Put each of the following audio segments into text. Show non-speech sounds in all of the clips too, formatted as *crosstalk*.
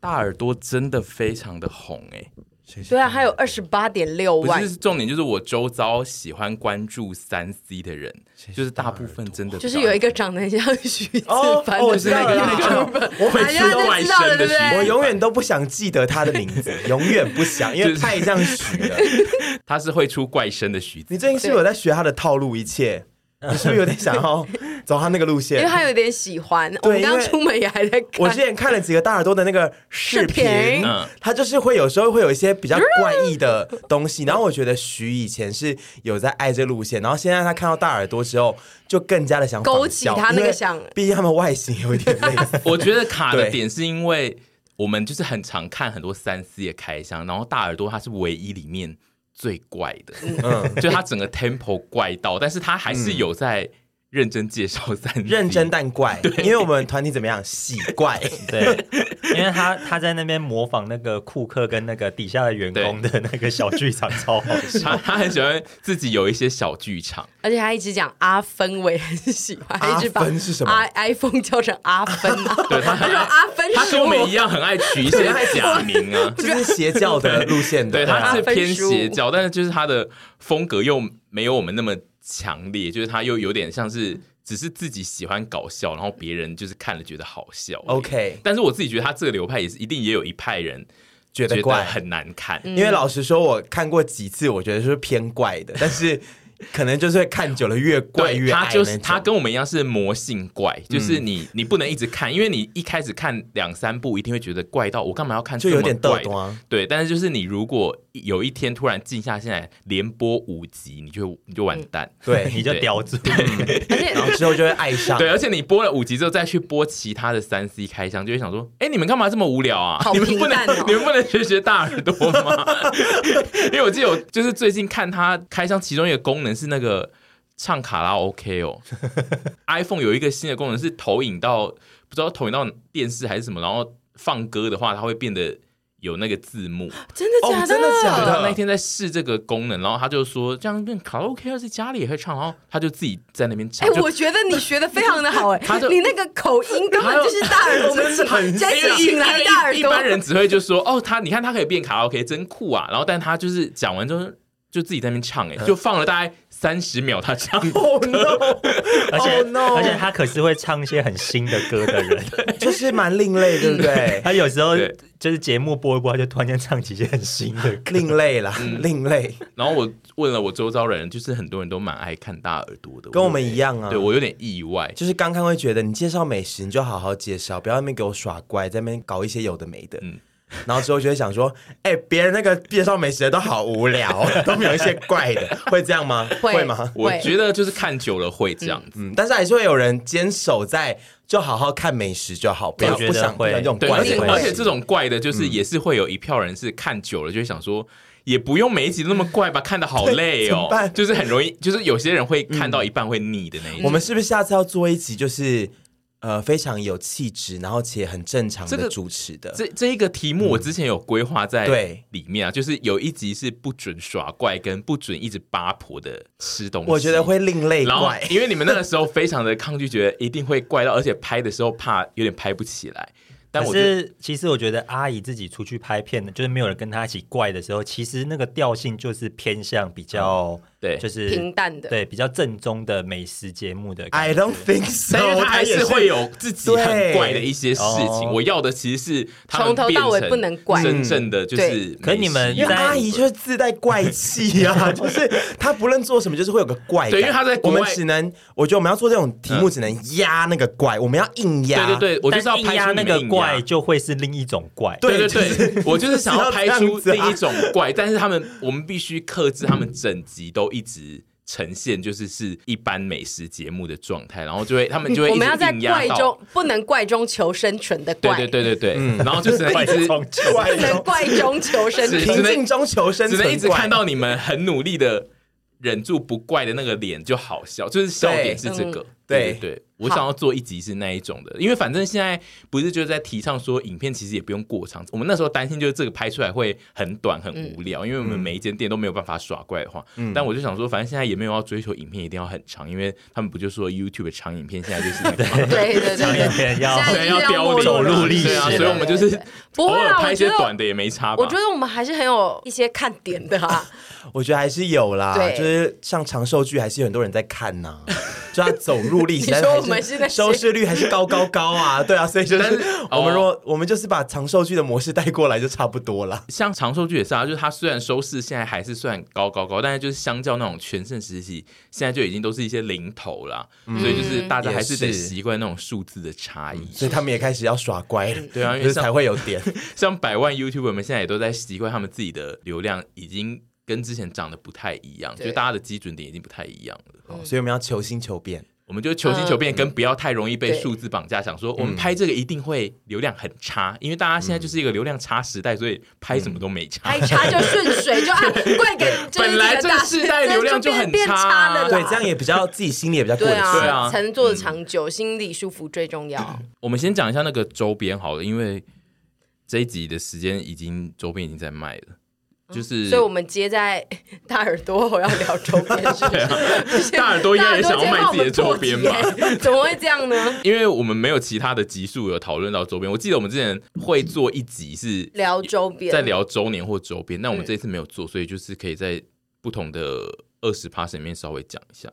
大耳朵真的非常的红哎、对啊，还有二十八点六不万是，重点，就是我周遭喜欢关注三 C 的人，就是大部分真的就是有一个个长得像徐子哦凡哦我的知是那那道个了个 YouTuber，那个会出外声的 *laughs* 徐我永远都不想记得他的名字，永远不想，因为就是太像徐 *laughs* 了。他是会出怪声的徐子。你最近是不是有在学他的套路？一切，你是不是有点想要走他那个路因线为？他有点喜欢。我们因为刚出门也还在我之看，前看了几个大耳朵的那个视视频频嗯，。他就是会有时候会有一些比较怪异的东西，然后我觉得徐以前是有在爱这路线，然后现在他看到大耳朵之后，就更加的想仿效勾起他那个想因为毕竟他们外形有一点类似 *laughs* 我觉得卡的对点是因为我们就是很常看很多三 C 的开箱，然后大耳朵它是唯一里面最怪的，嗯就它整个 tempo 怪到，但是它还是有在认真介绍三 C，认真但怪，因为我们团体怎么样？喜怪，对，因为他他在那边模仿那个库克跟那个底下的员工的那个小剧场，超好笑。他他很喜欢自己有一些小剧场，而且他一直讲阿芬，我也很喜欢，阿一直把芬是什么。阿 iPhone 叫成阿芬啊，对他他很说爱，阿芬他是跟我们我一。样很爱取一些假名啊这是邪教的路线的。对，啊他是分偏数邪教，但是就是他的风格又没有我们那么强烈，就是他又有点像是只是自己喜欢搞笑，然后别人就是看了觉得好笑。 OK 但是我自己觉得他这个流派也是一定也有一派人觉得觉得怪很难看。因为老实说，我看过几次，我觉得是偏怪的，*laughs* 但是可能就是会看久了越怪对，越爱他就那是种嗯他跟我们一样是魔性怪，就是你你不能一直看，因为你一开始看两三部一定会觉得怪到我干嘛要看就这有么点逗怪的啊。对，但是就是你如果有一天突然静下心来连播五集，你就你就完蛋。对，你就叼住，嗯而且然后之后就会爱上。 *laughs* 对，而啊且你播了五集之后再去播其他的三 C 开箱，就会想说，哎、你们干嘛这么无聊啊？好你们平不能淡 *laughs* 哦，你们不能学学大耳朵吗？ *laughs* 因为我记得我就是最近看它开箱，其中一个功能是那个唱卡拉 OK *laughs* 哦，iPhone 有一个新的功能是投影到不知道投影到电视还是什么，然后放歌的话，它会变得。有那个字 *laughs* 幕，真的假哦真的假对的他那天在试这个功能，然后他就说这样变卡拉 OK，要是家里也会唱，然后他就自己在那边哎、唱，就我觉得你学的非常的好哎、他就你那个口音根本就是大耳朵，我们很这因为次请来大耳一朵，般人只会就说哦，他你看他可以变卡拉 OK，真酷啊。然后，但他就是讲完之后就自己在那边唱、欸，嗯哎，就放了大概三十秒，他唱。 Oh no！ *laughs* 而且 Oh no 而且他可是会唱一些很新的歌的人，就是蛮另类，对 *laughs* 不对？他有时候对就是节目播一播，他就突然间唱起一些很新的歌。另类啦，嗯另类， *laughs* 然后我问了我周遭的人，就是很多人都蛮爱看大耳朵的，跟我们一样啊。对我有点意外。就是刚刚会觉得你介绍美食，你就好好介绍，不要在那边给我耍乖，在那边搞一些有的没的。嗯然后之后就会想说，哎、别人那个介绍美食的都好无聊， *laughs* 都没有一些怪的，会这样吗？会吗？我觉得就是看久了会这样子，嗯，但是还是会有人坚守在，就好好看美食就好，不要我觉不得想会这种对，怪而的且东西而且这种怪的，嗯就是也是会有一票人是看久了就会想说。也不用每一集都那么怪吧，看的好累怎么哦办，嗯就是很容易，就是有些人会看到一半会腻的那一种我。们是不是下次要做一集，就是呃非常有气质，然后且很正常这个的主持的？这这一个题嗯目我之前有规划在对里面啊，就是有一集是不准耍怪跟不准一直八婆的吃东西，我觉得。会另类然后怪，，因为你们那个时候非常的抗拒，觉得一定会怪到，而且拍的时候怕有点拍不起来。但可我觉得是其实我觉得阿姨自己出去拍片的，就是没有人跟她一起怪的时候，其实那个调性就是偏向比较嗯对就是平淡的，对比较正宗的美食节目的感 I 觉 don't think 但因 so，为他还也是会有自己很怪的一些事对情。哦我要的其实是他们从头到变尾成不能怪真正的就是对。嗯可是你们因为在阿姨就是自带怪 *laughs* 气啊，就是她不论做什么，就是会有个怪感。对因为她在我国外嗯们只能，我觉得我们要做这种题目，只能压那个怪，我们要硬压。对对对，我就是啊要但拍硬出压你那们个硬怪，压就会是另一种怪。对对就对对，我就是想要拍就是出要这样子啊另一种怪，但是他们我们必须克制，他们整集都一直呈现就是是一般美食节目的状态，然后就会他们就会我一直们要在硬压怪到，中不能怪中求生存的对怪，对对对对，然后 *laughs* 就只能一怪直中 *laughs* 求嗯怪不能中怪中求生是存。平静中求生只能存怪，一直看到你们很努力的忍住不怪的那个脸就好笑，就是笑点是这个。对对嗯对对，我想要做一集是那一种的，因为反正现在不是就是在提倡说影片其实也不用过长，我们那时候担心就是这个拍出来会很短很无嗯聊，因为我们每一间店都没有办法耍怪的话。但我就想说，反正现在也没有要追求影片一定要很长，因为他们不就说 YouTube 的长影片现在就是 *laughs* 那个嘛对对对长影对，片要现在对啊要一定凋零没落走入历史对啊，所以我们就对是对对不偶会尔啦，拍我一觉些得短的也没差吧。我觉得我们还是很有一些看点 *laughs* 的啊。我觉得还是有啦，对就是像长寿剧，还是有很多人在看呐、 *laughs* 就它走入历史，你说但还我们是那些收视率还是高高 *laughs* 高啊，对啊，所以就但是是哦我们如果、我们就是把长寿剧的模式带过来就差不多啦。像长寿剧也是啊，就是它虽然收视现在还是算高高高，但是就是相较那种全盛时期，现在就已经都是一些零头啦，嗯所以就是大家还是也得是嗯习惯那种数字的差异。所以他们也开始要耍乖了，嗯对啊因为就是像才会有 *laughs* 点。像百万 YouTuber 们现在也都在习惯他们自己的流量已经跟之前长得不太一样，对就大家的基准点已经不太一样了。哦所以我们要求新求变，我们就求新求变，嗯跟不要太容易被嗯对数字绑架。想说我们拍这个一定会流量很差，因为大家现在嗯就是一个流量差时代，所以拍什么都没差。还差就顺水就按怪 *laughs* 给，就是本来这这个大世代流量就就很变变差啊差了啦。对，这样也比较自己心里也比较过对得去。对啊，啊嗯才能做的长久，心理舒服最重要。我们先讲一下那个周边好了，因为这一集的时间已经周边已经在卖了，就是嗯所以我们接在大耳朵，我要聊周边是不是 *laughs* 大耳朵应该也想要卖自己的周边吧大耳朵今天帮我们破解？怎么会这样呢？因为我们没有其他的集数有讨论到周边，我记得我们之前会做一集是聊周边，在聊周年或周边，但我们这一次没有做，所以就是可以在不同的二十 p a s 里面稍微讲一下。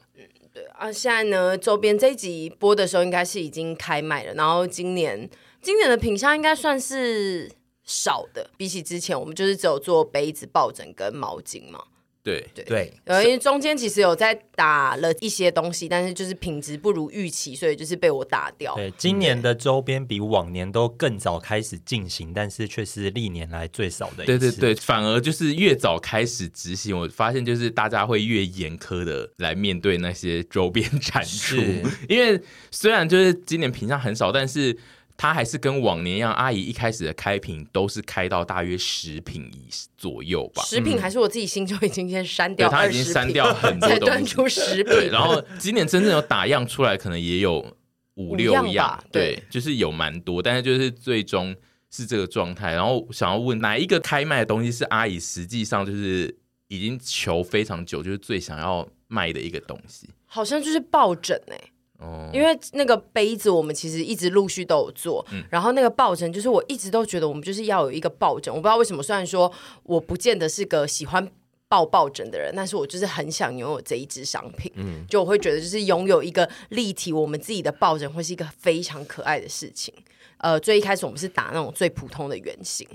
啊，现在呢，周边这一集播的时候应该是已经开卖了，然后今年今年的品相应该算是少的，比起之前我们就是只有做杯子、抱枕跟毛巾嘛。对，对，呃，因为中间其实有在打了一些东西，但是就是品质不如预期，所以就是被我打掉。对，今年的周边比往年都更早开始进行，但是却是历年来最少的一对次。对对，反而就是越早开始执行，我发现就是大家会越严苛的来面对那些周边 *laughs* 产出是，因为虽然就是今年品相很少，但是。它还是跟往年一样，阿姨一开始的开瓶都是开到大约十瓶以左右吧，食品还是我自己心中已经先删对，掉它二已经十删品，掉很多才东端西，出食对， *laughs* 品。然后今年真正有打样出来，可能也有五五六样吧对对，就是有蛮多，但是就是最终是这个状态。然后想要问哪一个开卖的东西是阿姨实际上就是已经求非常久，就是最想要卖的一个东西。好像就是抱枕哎、哦，因为那个杯子我们其实一直陆续都有做，然后那个抱枕就是我一直都觉得我们就是要有一个抱枕，我不知道为什么，虽然说我不见得是个喜欢。抱抱枕的人，但是我就是很想拥有这一支商品，就我会觉得就是拥有一个立体我们自己的抱枕，会是一个非常可爱的事情。呃，最一开始我们是打那种最普通的圆形，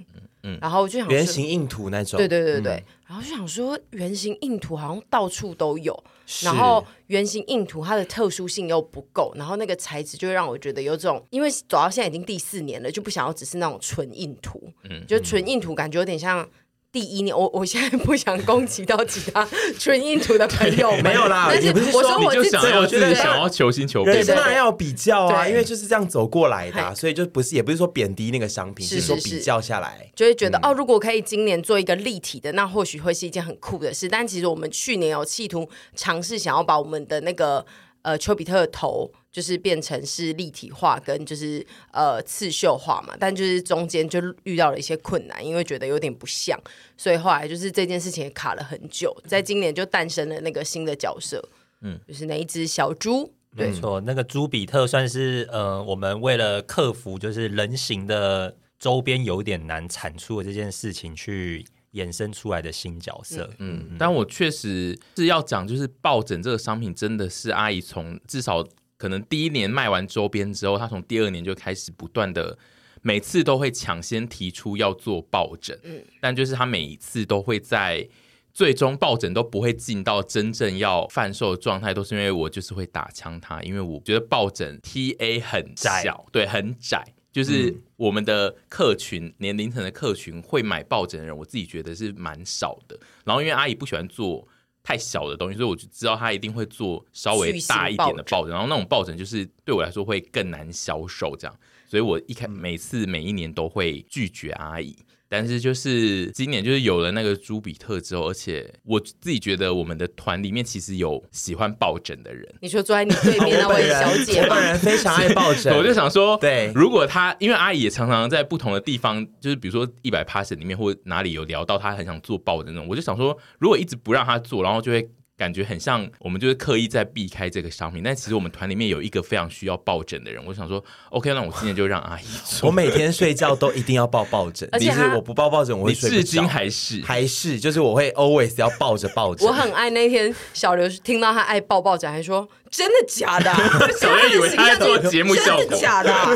然后我就想说圆形硬图那种。对对对对对，然后就想说圆形硬图好像到处都有，然后圆形硬图它的特殊性又不够，然后那个材质就会让我觉得有种，因为走到现在已经第四年了，就不想要只是那种纯硬图，就纯硬图感觉有点像。第一年，我 *laughs* 我现在不想攻击到其他纯硬图的朋友们，没有啦但也不是我说说你我就自己，想要我自觉己得想要求新求人变对生对当然要比较啊，对因为就是这样走过来的啊、嗨所以就不是也不是说贬低那个商品，是是说是是比较下来。就会觉得、哦，如果可以今年做一个立体的，那或许会是一件很酷的事。但其实我们去年有企图尝试想要把我们的那个呃丘比特的头，就是变成是立体化跟就是呃刺绣化嘛，但就是中间就遇到了一些困难，因为觉得有点不像，所以后来就是这件事情也卡了很久，在今年就诞生了那个新的角色，嗯，就是那一只小猪。没错，那个朱比特算是呃，我们为了克服就是人形的周边有点难产出的这件事情，去衍生出来的新角色。嗯，但我确实是要讲，就是抱枕这个商品真的是阿姨从至少可能第一年卖完周边之后，她从第二年就开始不断的。每次都会抢先提出要做抱枕，但就是她每一次都会在最终抱枕都不会进到真正要贩售的状态，都是因为我就是会打枪它，因为我觉得抱枕 TA 很窄小，对，很窄，嗯就是我们的客群、年龄层的客群会买抱枕的人，我自己觉得是蛮少的。然后因为阿姨不喜欢做。太小的东西，所以我就知道她一定会做稍微大一点的抱枕，然后那种抱枕就是对我来说会更难销售这样。所以我一开每次每一年都会拒绝阿姨。但是就是今年就是有了那个朱比特之后，而且我自己觉得我们的团里面其实有喜欢抱枕的人，你说坐在你 *laughs* 对啊面那位小姐我吗本？人非常爱抱枕，我就想说，对如果她因为阿姨也常常在不同的地方，就是比如说一百 pass 里面或哪里有聊到她很想做抱枕那种，我就想说，如果一直不让她做，然后就会。感觉很像我们就是刻意在避开这个商品，但其实我们团里面有一个非常需要抱枕的人，我想说，OK，那我今年就让阿姨做。我每天睡觉都一定要抱抱枕，而且你是他我不抱抱枕， *laughs* 我会你睡至不着今。还是还是就是我会 always 要抱着抱枕，我很爱那天小刘听到他爱抱抱枕，还说真的假的、 *laughs* 啊？小刘以为他在做节目 *laughs* 效果真的假的、啊？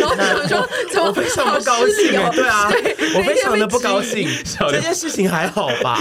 然后我想说，怎么我非常不高兴好欸，失礼对哦啊，我非常的不高兴。嗯小这刘件事情还好 *laughs* 吧？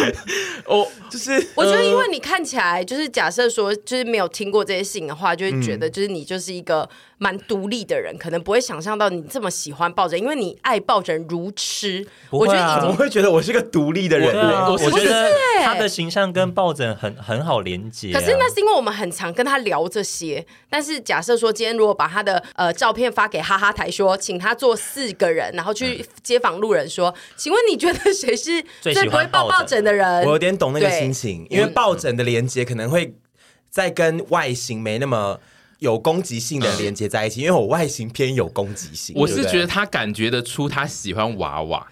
哦，就是我觉得，因为你看起来就是假设说，就是没有听过这些事情的话，就会觉得嗯就是你就是一个蛮独立的人，可能不会想象到你这么喜欢抱枕，因为你爱抱枕如痴。不我会觉啊得已经我呃会觉得我是个独立的人对啊，我类。我是觉觉得欸他的形象跟抱枕很很好连接啊。可是那是因为我们很常跟他聊这些，但是假设说今天如果把他的呃照片发给哈哈台说，请他做四个人，然后去街访路人说，请问你觉得谁是最最喜欢不会抱抱抱枕枕的人？我有点懂那个对心情，因为抱枕的连接可能会在跟外形没那么有攻击性的连接在一起，因为我外形偏有攻击性。我对是不对觉得他感觉得出他喜欢娃 *laughs* 娃，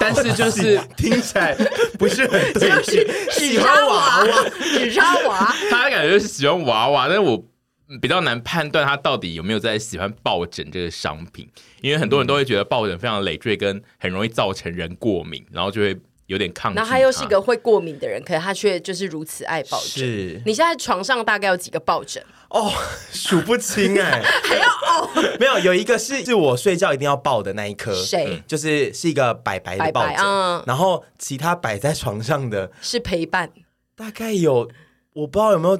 但是就是听起来不是很对 *laughs* 劲，喜只欢插娃娃娃。，只插娃。 *laughs* 他感觉是喜欢娃娃，但是我嗯比较难判断他到底有没有在喜欢抱枕这个商品，因为很多人都会觉得抱枕非常累赘，跟很容易造成人过敏，然后就会有点抗拒它。然后他又是一个会过敏的人，可是他却就是如此爱抱枕。是你现在床上大概有几个抱枕？哦， *laughs* 数不清哎、还 *laughs* 要哦，没有有一个是是我睡觉一定要抱的那一颗，嗯谁就是是一个白白的抱枕，白白嗯然后其他摆在床上的是陪伴？大概有我不知道有没有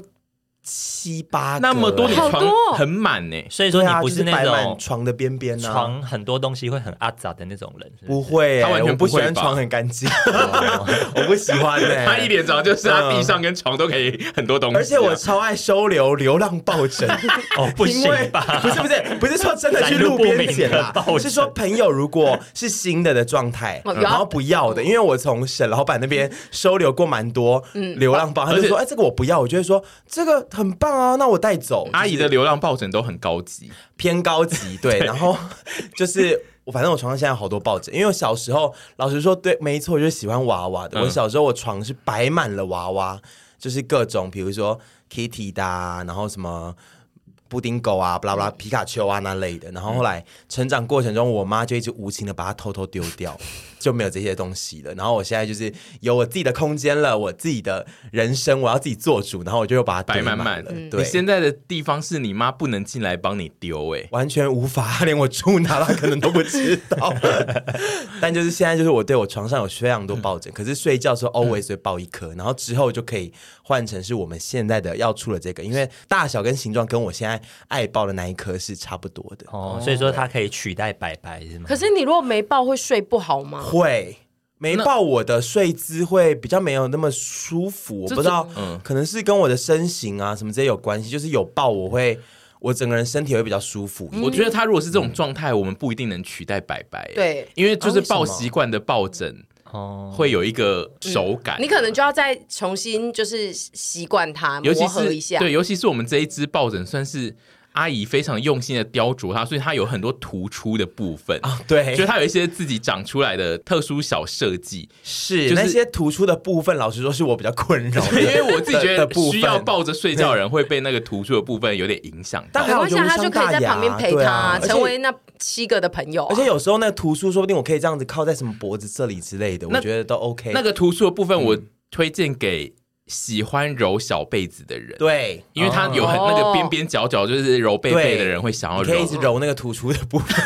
七八个那么多，你哎好床多哦很满呢、所以说对你啊，不就是那摆满种床的边边啊，床很多东西会很阿杂的那种人，是不不是哦会、欸，他完全我不喜欢不会吧床很干净， *laughs* 我不喜欢 *laughs* 哎、他一脸长就是他地上跟床都可以很多东西啊、而且我超爱收留流浪抱枕，哦，不行因为吧？ *laughs* 不是不是不是说真的去路边捡啦拦路不明的，抱枕 *laughs* 是说朋友如果是新的的状态，哦有啊然后不要的，因为我从沈老板那边收留过蛮多嗯流啊浪包，他就说而哎这个我不要，我就会说这个很棒啊，那我带走。阿姨的流浪抱枕都很高级，偏高级，对，然后就是。我反正我床上现在有好多抱枕，因为我小时候老实说，对，没错，我就是喜欢娃娃嗯的。我小时候我床是摆满了娃娃，就是各种，比如说 Kitty 的、啊，然后什么布丁狗啊，巴拉嗯巴拉皮卡丘啊那类的。然后后来成长过程中，我妈就一直无情的把它偷偷丢 *laughs* 掉，就没有这些东西了。然后我现在就是有我自己的空间了，我自己的人生，我要自己做主，然后我就又把它摆堆满满满嗯了。。你嗯对，现在的地方是你妈不能进来帮你丢哎、完全无法， *laughs* 连我住哪他可能都不知道。 *laughs* 但就是现在，就是我对我床上有非常多抱嗯枕，可是睡觉的时候 always 会抱一颗，然后之后就可以换成是我们现在的要出的嗯这个，因为大小跟形状跟我现在爱抱的那一颗是差不多的。哦，所以说它可以取代白白是吗？可是你如果没抱会睡不好吗？会没抱我的睡姿会比较没有那么舒服，我这不知道，嗯可能是跟我的身形啊什么这些有关系，就是有抱我会。我整个人身体会比较舒服一点，我觉得他如果是这种状态，我们不一定能取代白白、欸对因为就是啊为什抱么习惯的抱枕哦，会有一个手感，嗯你可能就要再重新就是习惯它，尤其磨合一是下。对，尤其是我们这一支抱枕算是阿姨非常用心的雕琢它，所以它有很多突出的部分，啊，对，就是它有一些自己长出来的特殊小设计。是、就是那些突出的部分，老实说是我比较困扰的，因为我自己觉的的得部需要分抱着睡觉的人会被那个突出的部分有点影响到但。没关系啊，他还有就就无伤可以在大雅旁边陪对他、啊而且成为那七个的朋友、啊。而且有时候那个图书说不定我可以这样子靠在什么脖子这里之类的，我那觉得都 OK。那个突出的部嗯分，我推荐给喜欢揉小被子的人，对，因为它有很哦那个边边角角，就是揉被被的人会想要嗯你可以一揉直。揉那个突出的部分，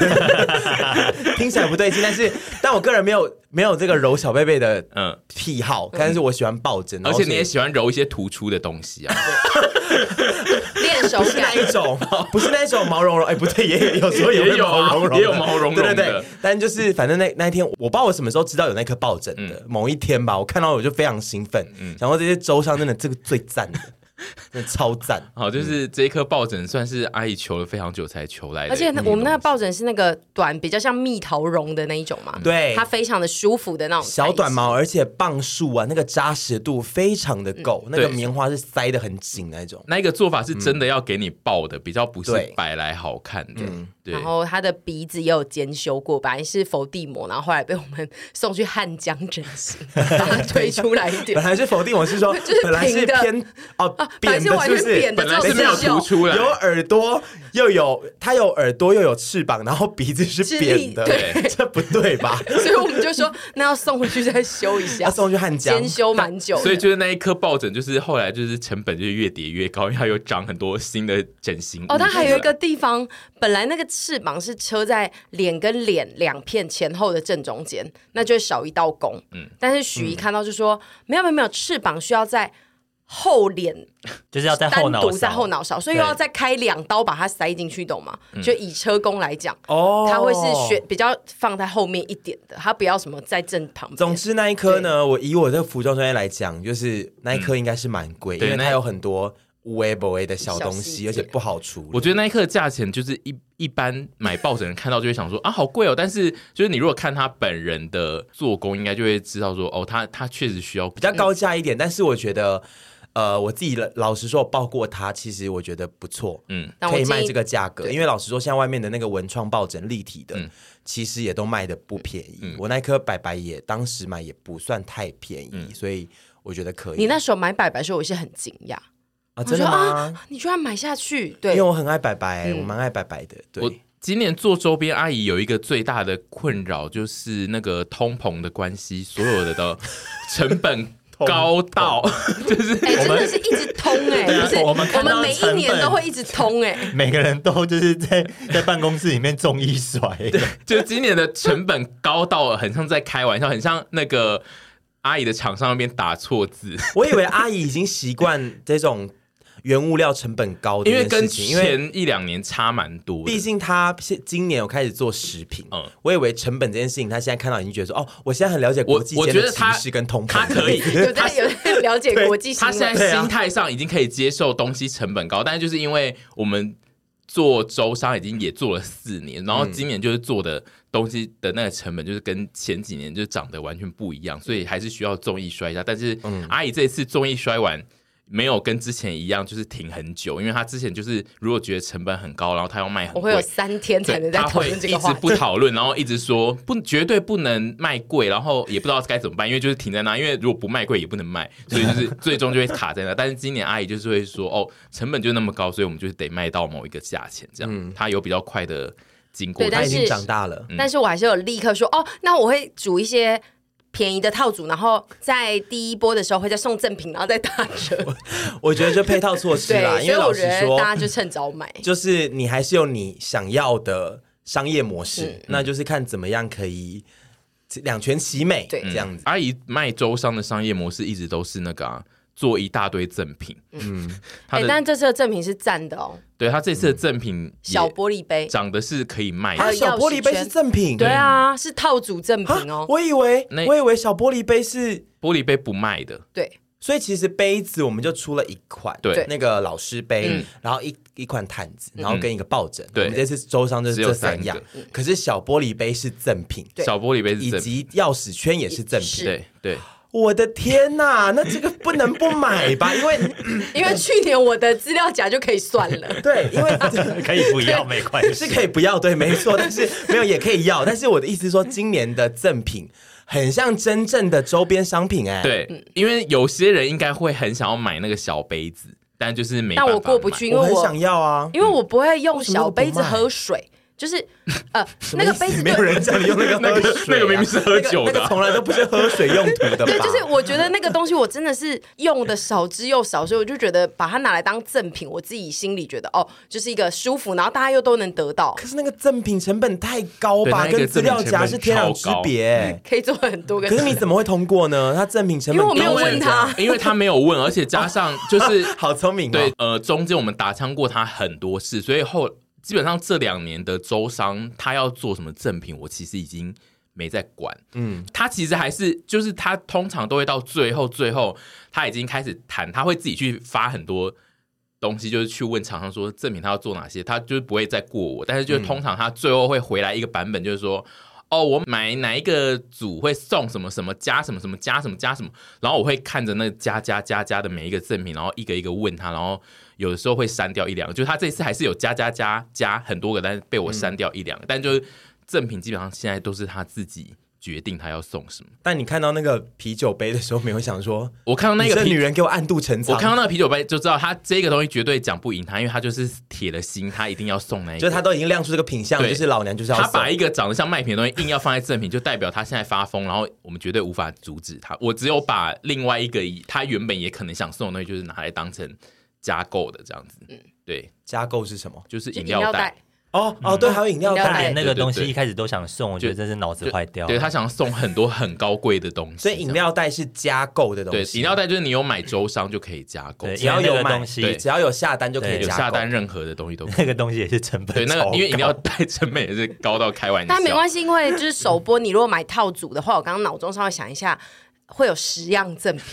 *laughs* 听起来不对劲，但是但我个人没有没有这个揉小贝贝的嗯，癖好，但是我喜欢抱枕，而且你也喜喜欢揉一些突出的东西啊，练手 *laughs* 是那感，一种， *laughs* 不是那一种毛茸茸，哎，不对，也有时候也也会有啊毛茸茸的，也有毛茸茸对对对的。但就是反正那那一天，我不知道我什么时候知道有那颗抱枕的，某一天吧，我看到我就非常兴奋，然后这些周商真的这个最赞的，真的超赞。好，嗯就是这一颗抱枕算是阿姨求了非常久才求来的。嗯而且那我们那个抱枕是那个短，比较像蜜桃绒的那一种嘛，对它非常的舒服的那种小短。毛，而且磅数啊，那个扎实度非常的够，那个对棉花是塞得很紧那种。那一个做法是嗯真的要给你抱的，比较不是对摆来好看的。对然，后他的鼻子也有兼修过，本来是伏地魔，然后后来被我们送去汉江整形， *laughs* 把它推出来一点本。来是否定，我是说，就是本来是平的啊偏哦本来扁是的，完是不全是？扁的，本来只是没有刺绣突出来有，耳朵又有它有耳朵又有翅膀，然后鼻子 *laughs* 是是扁的，对这不对 *laughs* 吧？所以我们就说，那要送回去再修一下，要送去汉江兼修蛮久的。所以就是那一颗抱枕，就是后来就是成本就是越叠越高，因为它有长很多新的整形。嗯哦，它还有一个，地方，本来那个翅膀是车在脸跟脸两片前后的正中间，那就会少一道弓。嗯，但是许一看到就说，没有没有没有，翅膀需要在后脸就是要在后单脑独勺在后脑勺，所以对又要再开两刀把它塞进去，懂吗？就以车工来讲，嗯哦它会是选比较放在后面一点的，它不要什么在正旁边。总之那一颗呢，我以我这个服装专业来讲，就是那一颗应该是蛮贵，嗯因对为那它有很多无微不微的小东小细西，节而且不好处理。我觉得那一颗的价钱就是一一般买抱枕人看到就会想说啊好贵哦，但是就是你如果看他本人的做工，应该就会知道说哦，他他确实需要比较高价一点，但是我觉得，呃，我自己老老实说，我报过它，其实我觉得不错，嗯但我可以建卖议这个价格，因为老实说，现在外面的那个文创抱枕立体的，嗯其实也都卖的不便宜。我那颗白白也当时买也不算太便宜，嗯所以我觉得可以。你那时候买百白的时候，我是很惊讶，啊，我真说的啊吗？，你居然买下去？因对为，我很爱白白，我蛮爱白白的。嗯我对，今年做周边阿姨有一个最大的困扰，就是那个通膨的关系，所有的的成本高 *laughs* 到，就是哎、真的是一直通哎、对啊就是我们看到每一年都会一直通哎、每个人都就是在在办公室里面重一 *laughs* 甩，就今年的成本高到很像在开玩笑，很像那个阿姨的厂商那边打错 *laughs* 字，我以为阿姨已经习惯这种原物料成本高的因为这件跟事情，因为前一两年差蛮多毕的。竟他现今年有开始做食品，嗯我以为成本这件事情，他现在看到已经觉得说，哦，我现在很了解国际我间我觉得的他局势跟通膨，他可以 *laughs* 有在有在了解国际新他闻，啊现在心态上已经可以接受东西成本高，但是就是因为我们做周商已经也做了四年，然后今年就是做的东西的那个成本就是跟前几年就涨得完全不一样，所以还是需要综艺摔一下。但是阿姨这一次综艺摔完。没有跟之前一样，就是停很久，因为她之前就是如果觉得成本很高，然后她要卖很我贵，会有三天才能对，再他讨会论这一个话直题。不讨论，然后一直说不绝对不能卖贵，然后也不知道该怎么办，因为就是停在那，因为如果不卖贵也不能卖，所以就是最终就会卡在那。但是今年阿姨就是会说哦，成本就那么高，所以我们就是得卖到某一个价钱这嗯样。她有比较快的经过对，他但已是经长大了。但是我还是有立刻说哦，那我会煮一些便宜的套组，然后在第一波的时候会再送赠品，然后再打折。我觉得就配套措施对啦，，所因以为老我实觉得说，大家就趁早买。就是你还是有你想要的商业嗯模式，那就是看怎么样可以两全其美，对这样子。阿姨卖周商的商业模式一直都是那个、啊、做一大堆赠品，嗯，她哎、的、但这次的赠品是赞的哦，对她这次的赠品也小玻璃杯。长得是可以卖还还有有的，啊小玻璃杯是赠品，对啊，是套组赠啊品哦。我以为那我以为小玻璃杯是。玻璃杯不卖的，对，所以其实杯子我们就出了一款，对那个老师杯，嗯然后一一款毯子，然后跟一个抱枕。对我们这次周商就是只有这三三样个，可是小玻璃杯是赠品，嗯对小玻璃杯以是赠品，及钥匙圈也是赠品。是对对。我的天呐，那这个不能不 *laughs* 买吧？因为。因为去年我的资料夹就可以算了对，因为可以不要没关 *laughs* 是系，可以不要，对，没错，但是没有也可以要。但是我的意思是说，今年的赠品很像真正的周边商品、嗯哎，，对，因为有些人应该会很想要买那个小杯子，但就是没办但法买。我过不去，因为我很我想要啊。因为我不会用小杯为什子么不卖喝水，就是 *laughs* 呃那个杯子没有对人叫你用那 *laughs* 个那喝个水啊、那个明明是喝酒那的个啊、从来都不是喝水用途的吧？ *laughs* 对， *laughs* 就是我觉得那个东西我真的是用的少之又少，所以我就觉得把它拿来当赠品，我自己心里觉得哦，就是一个舒服，然后大家又都能得到，可是那个赠品成本太高吧，对那一个跟资料夹是天壤之别、哎嗯可以做很多个。可是你怎么会通过呢？它赠品成因本为我没有高成问他这样因为他没有问，而且加 *laughs* 上就是好聪明、哦，对，呃，中间我们打枪过他很多次，所以后基本上这两年的周商，他要做什么赠品，我其实已经没在管。嗯嗯，他其实还是就是他通常都会到最后，最后他已经开始谈，他会自己去发很多。东西就是去问厂商说赠品他要做哪些，他就是不会再过我，但是嗯就是通常他最后会回来一个版本，就是说、哦，我买哪一个组会送什么什么加什么什么加什么加什么，然后我会看着那加加加加的每一个赠品，然后一个一个问他，然后有的时候会删掉一两个，就是他这次还是有加加加加很多个，但是被我嗯删掉一两个，但就是赠品基本上现在都是他自己决定他要送什么。但你看到那个啤酒杯的时候，没有想说我看到那你个这啤女人给我暗度陈我仓，看到那个啤酒杯就知道他这个东西绝对讲不赢他，因为他就是铁了心，他一定要送那一个。就是她都已经亮出这个品相，对就是老娘就是要他送把一个长得像麦片的东西硬要放在正品，就代表他现在发疯，然后我们绝对无法阻止他。我只有把另外一个以他原本也可能想送的东西，就是拿来当成加购的这样子。对，加购是什么？就是饮嗯饮料袋袋。，哦嗯哦，对，还有饮料饮料他袋袋。连那个东对对西对一开始都想送，我觉得真是脑子坏掉了。对他想送很多很高贵的东西，所以饮料袋是加购的这样东对西，饮料袋就是你有买周商就可以加购，对只要有因为那个买东西 *laughs* 对只要有下单就可以有加购下单任何的东西 *laughs* 都可以。那个东西也是成本对，那超个因为饮料高袋成本也是高到开玩笑， *laughs* 但没关系，因为就是首播，你如果买套组的话，我刚刚脑中稍微想一下，会有十样赠品。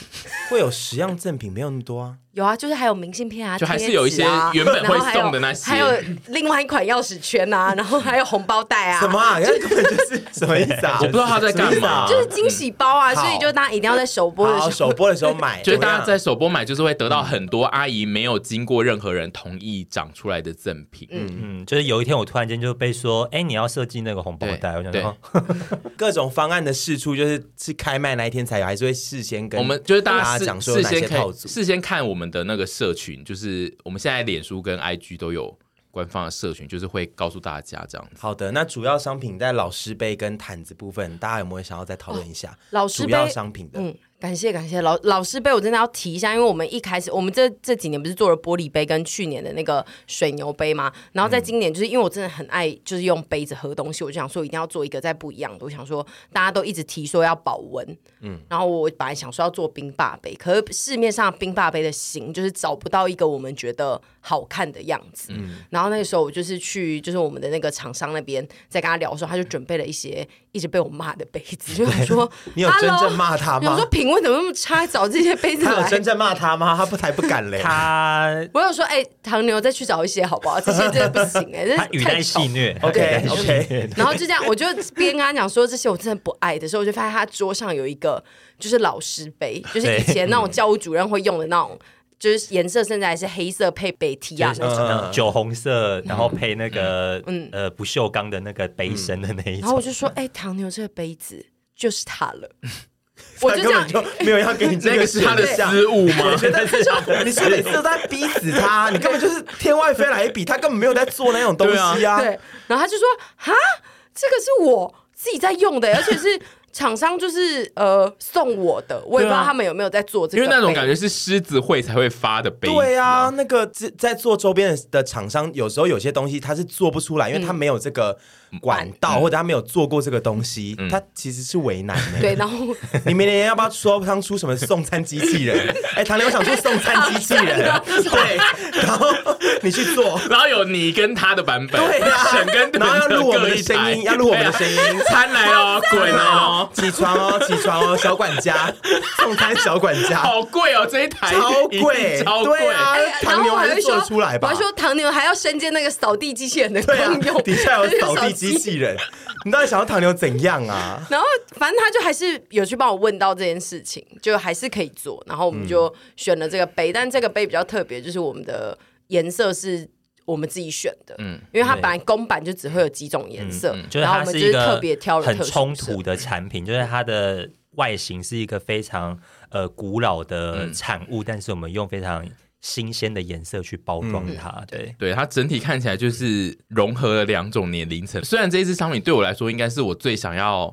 会有十样赠品，没有那么多啊。有啊，就是还有明信片啊，就还贴是有一纸啊些原本然后会还有送的那些还有另外一款钥匙圈啊，然后还有红包袋啊，什 *laughs* 么啊？这根本就是 *laughs* 什么意思啊？我不知道他在干嘛，就是惊喜包啊，好所以就大家一定要在首播的时好候首播的时候 *laughs* 买，就是大怎么家样嗯在首播买，就是会得到很多阿姨没有经过任何人同意长出来的赠品。嗯，嗯，就是有一天我突然间就被说，哎，你要设计那个红包袋，对我想对说，哦各种方案的试出，就是是开卖那一天才有，还是会事先跟我们就是大大家家讲事说事有哪些先可套以组？事先看我们的那个社群，就是我们现在脸书跟 IG 都有官方的社群，就是会告诉大家这样子。好的，那主要商品在老师杯跟毯子部分，大家有没有想要再讨论一下？老师主杯要商品的，嗯，感谢感谢老老师杯，我真的要提一下，因为我们一开始我们这这几年不是做了玻璃杯跟去年的那个水牛杯嘛，然后在今年就是因为我真的很爱就是用杯子喝东西，我就想说一定要做一个再不一样的。我想说大家都一直提说要保温，嗯，然后我本来想说要做冰霸杯，可是市面上冰霸杯的型就是找不到一个我们觉得好看的样子，嗯然后那个时候我就是去，就是我们的那个厂商那边，在跟他聊的时候，他就准备了一些一直被我骂的杯子，就想说 *laughs* 你有真正 "Hello，骂他吗有说品味怎么那么差，找这些杯子他有来真。正骂他吗？他不才不敢嘞。他我有说，哎、唐牛再去找一些好不好？这些真的不行哎、这他语是带太丑戏。虐 OK OK，然后就这样，我就边跟他讲说这些我真的不爱的时候，我就发现他桌上有一个就是老师杯，就是以前那种教务主任会用的那种，就是颜色甚至还是黑色配北提啊那种。 *laughs* 嗯酒红色，然后配那个嗯呃不锈钢的那个杯身的那一然后我种，就说，哎、唐牛这个杯子就是它了，我他就这根样本。就没有要给你这那个是他的选项失误 *laughs* 吗？你是每次都在逼死他，你根本就是天外飞来一笔，他根本没有在做那种东西啊。对，然后他就说：“哈，这个是我自己在用 *laughs* 的，而且是厂商就是呃送我的，我也不对知啊道他们有没有在做这因个为杯，那种感觉是狮子会才会发的杯子，对啊，那个在在做周边的厂商，有时候有些东西他是做不出来，因为他没有这个管嗯道，或者他没有做过这个东西，他其实是为难的。对，然后 *laughs* 你明年要不要说当初什么送餐机器人？哎，唐我想做送餐机器人，对，然后你去做。然后有你跟他的版本，对啊沈跟然后要录我们各的一声台音，要录我们的声音， *laughs* 对啊餐来哦，滚哦，哦，起床哦，起床哦，小管家，送餐小管家，好贵哦，这一台超一定贵，超贵对啊，哎呃然唐后牛我还还会是说做得出来我吧还？说唐牛还要身兼那个扫地机器人的功对啊用，，底下有扫 *laughs* 地器机器人，你到底想要唐牛怎样啊？然后反正他就还是有去帮我问到这件事情，就还是可以做。然后我们就选了这个杯，但这个杯比较特别，就是我们的颜色是。我们自己选的，嗯嗯，因为它本来公版就只会有几种颜色，嗯就嗯是然后我它们是就一是个特别挑了很特殊冲色突的产品，就是它的外形是一个非常呃古老嗯的产物，但是我们用非常新鲜的颜色去包装嗯它。对，对它整体看起来就是融合了两种年龄层。虽然这一支商品对我来说应该是我最想要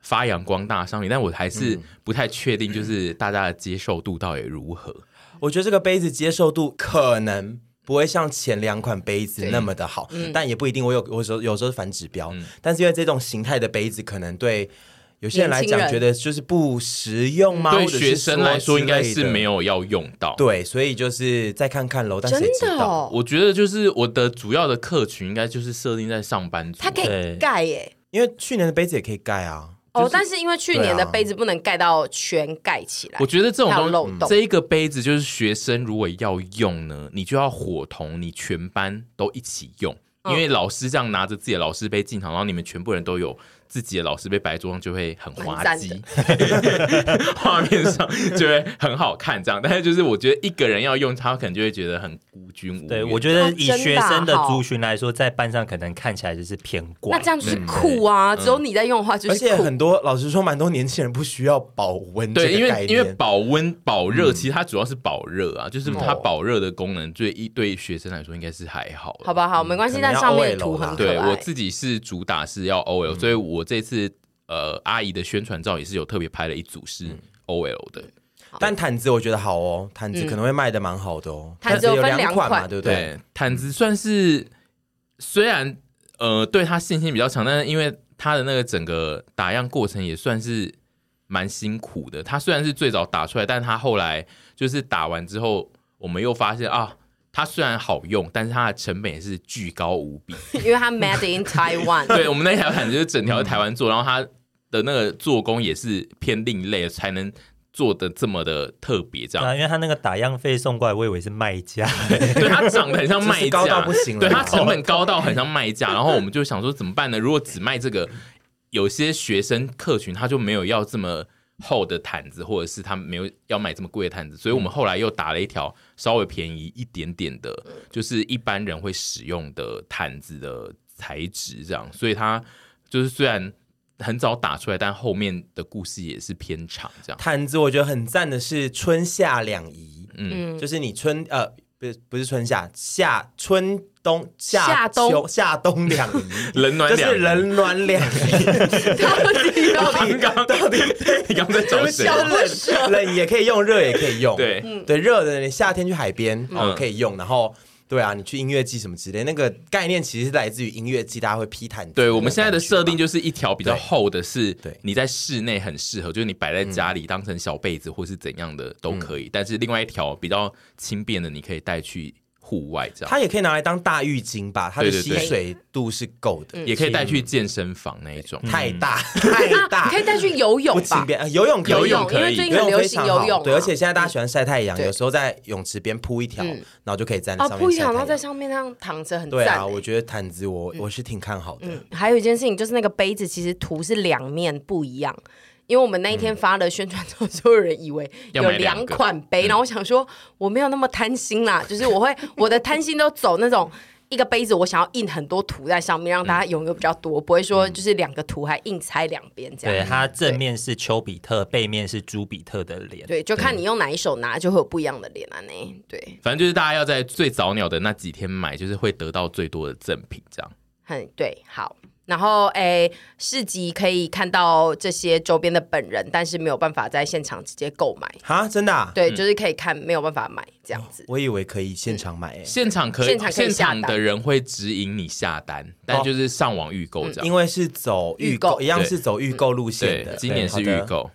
发扬光大的商品，但我还嗯是不太确定，就是大家的接受度到底如何。我觉得这个杯子接受度可能不会像前两款杯子那么的好，嗯但也不一定。我有我有时候有时候是反指标，但是因为这种形态的杯子，可能对有些人来年轻讲人嗯觉得就是不实用吗？对或者是学生来说，应该之是类的没。有要用到。对，所以就是再看看喽。但真谁知的道？哦，我觉得就是我的主要的客群应该就是设定在上班族，它可以对盖耶、因为去年的杯子也可以盖啊。哦，但是因为去年的对啊杯子不能盖到全盖起来，我觉得这种还有东漏西洞，这一个杯子就是学生如果要用呢，你就要伙同你全班都一起用，嗯因为老师这样拿着自己的老师杯进堂，然后你们全部人都有自己的老师杯摆在桌上，就会很滑稽， *laughs* 画面上就会很好看这样。但是就是我觉得一个人要用它，可能就会觉得很孤军无援。对我觉得以哦真的学生的好族群来说，在班上可能看起来就是偏怪那这。样就是酷啊！只有你在用的话就而是且酷，很多老实说，蛮多年轻人不需要保温这对，因个概为念。因为保温保热，其实它主要是保热啊，就是它哦保热的功能，对一对学生来说应该是还好啦。好吧，好，没关系。可能但要上面的 OL 图很啦可对爱嗯我，自己是主打是要 OL，、所以我这次呃阿姨的宣传照也是有特别拍了一组是嗯 OL 的，但毯子我觉得好哦，毯子可能会卖的蛮好的哦。嗯毯子有有分两两款嘛，款对不对，对？毯子算是虽然呃对他信心比较强，但是因为他的那个整个打样过程也算是蛮辛苦的。他虽然是最早打出来，但他后来就是打完之后，我们又发现啊。它虽然好用，但是它的成本也是巨高无比。因为它 Made in Taiwan，对，我们那一条毯就是整条台湾做，然后它的那个做工也是偏另类，才能做的这么的特别这对样。啊，因为他那个打样费送过来，我以为是卖家， *laughs* 对，它长得很像卖就是价，高到不行了对，啦它成本高到很像卖价，然后我们就想说怎么办呢？如果只卖这个，有些学生客群他就没有要这么。厚的毯子，或者是他没有要买这么贵的嗯毯子，所以我们后来又打了一条稍微便宜一点点的，就是一般人会使用的毯子的材质，这样，所以它就是虽然很早打出来，但后面的故事也是偏长，这样。毯子我觉得很赞的是春夏两宜，嗯嗯，就是你春呃不是不是春夏夏春冬夏夏冬秋夏冬两宜， *laughs* 冷暖 *laughs* 就两是宜冷暖两宜， *laughs* 到底有 *laughs* 刚刚到底你 *laughs* 刚在找谁？笑不就是冷冷也可以用，热也可以用，对，嗯对，热的你夏天去海边哦嗯可以用，然后。对啊，你去音乐季什么之类，那个概念其实是来自于音乐季，大家会披毯子那对种感觉嘛。我们现在的设定就是一条比较厚的是，对你在室内很适合，就是你摆在家里当成小被子或是怎样的都可嗯以。但是另外一条比较轻便的，你可以带去户外这样，它也可以拿来当大浴巾吧，它的对对吸对水度是够的，嗯也可以带去健身房那一种。太大太啊，大，你 *laughs* 可以带去游泳不吧轻，便，呃游泳可以游泳因可为以最近游很泳流非行常游好，泳啊，对，而且现在大家喜欢晒太阳，对有时候在泳池边铺一条，嗯然后就可以在那哦上不面晒想到太阳在。上面那样躺着很对赞啊，欸。嗯我觉得毯子我我是挺看好的，还有一件事情就是那个杯子其实图是两面不一样。因为我们那一天发了宣传照，所有人以为有要买两个两款杯，然后我想说我没有那么贪心啦，就是我会我的贪心都走那种一个杯子，我想要印很多图在上面，让嗯大家拥有比较多，不会说就是两个图还硬拆两边这对，样。它正面是丘比特，背面是朱比特的脸。对，就看你用哪一手拿，就会有不一样的脸啊呢。对，反正就是大家要在最早鸟的那几天买，就是会得到最多的赠品这样。很对，好。然后，诶，市集可以看到这些周边的本人，但是没有办法在现场直接购买。哈，真的、啊，对，就是可以看，没有办法买这样子。我以为可以现场买、嗯欸，现场可以，现场可以下单的人会指引你下单，但就是上网预购这样。嗯因为是走预预购购，一样是走预购路线对的，，今年是对预。好的购，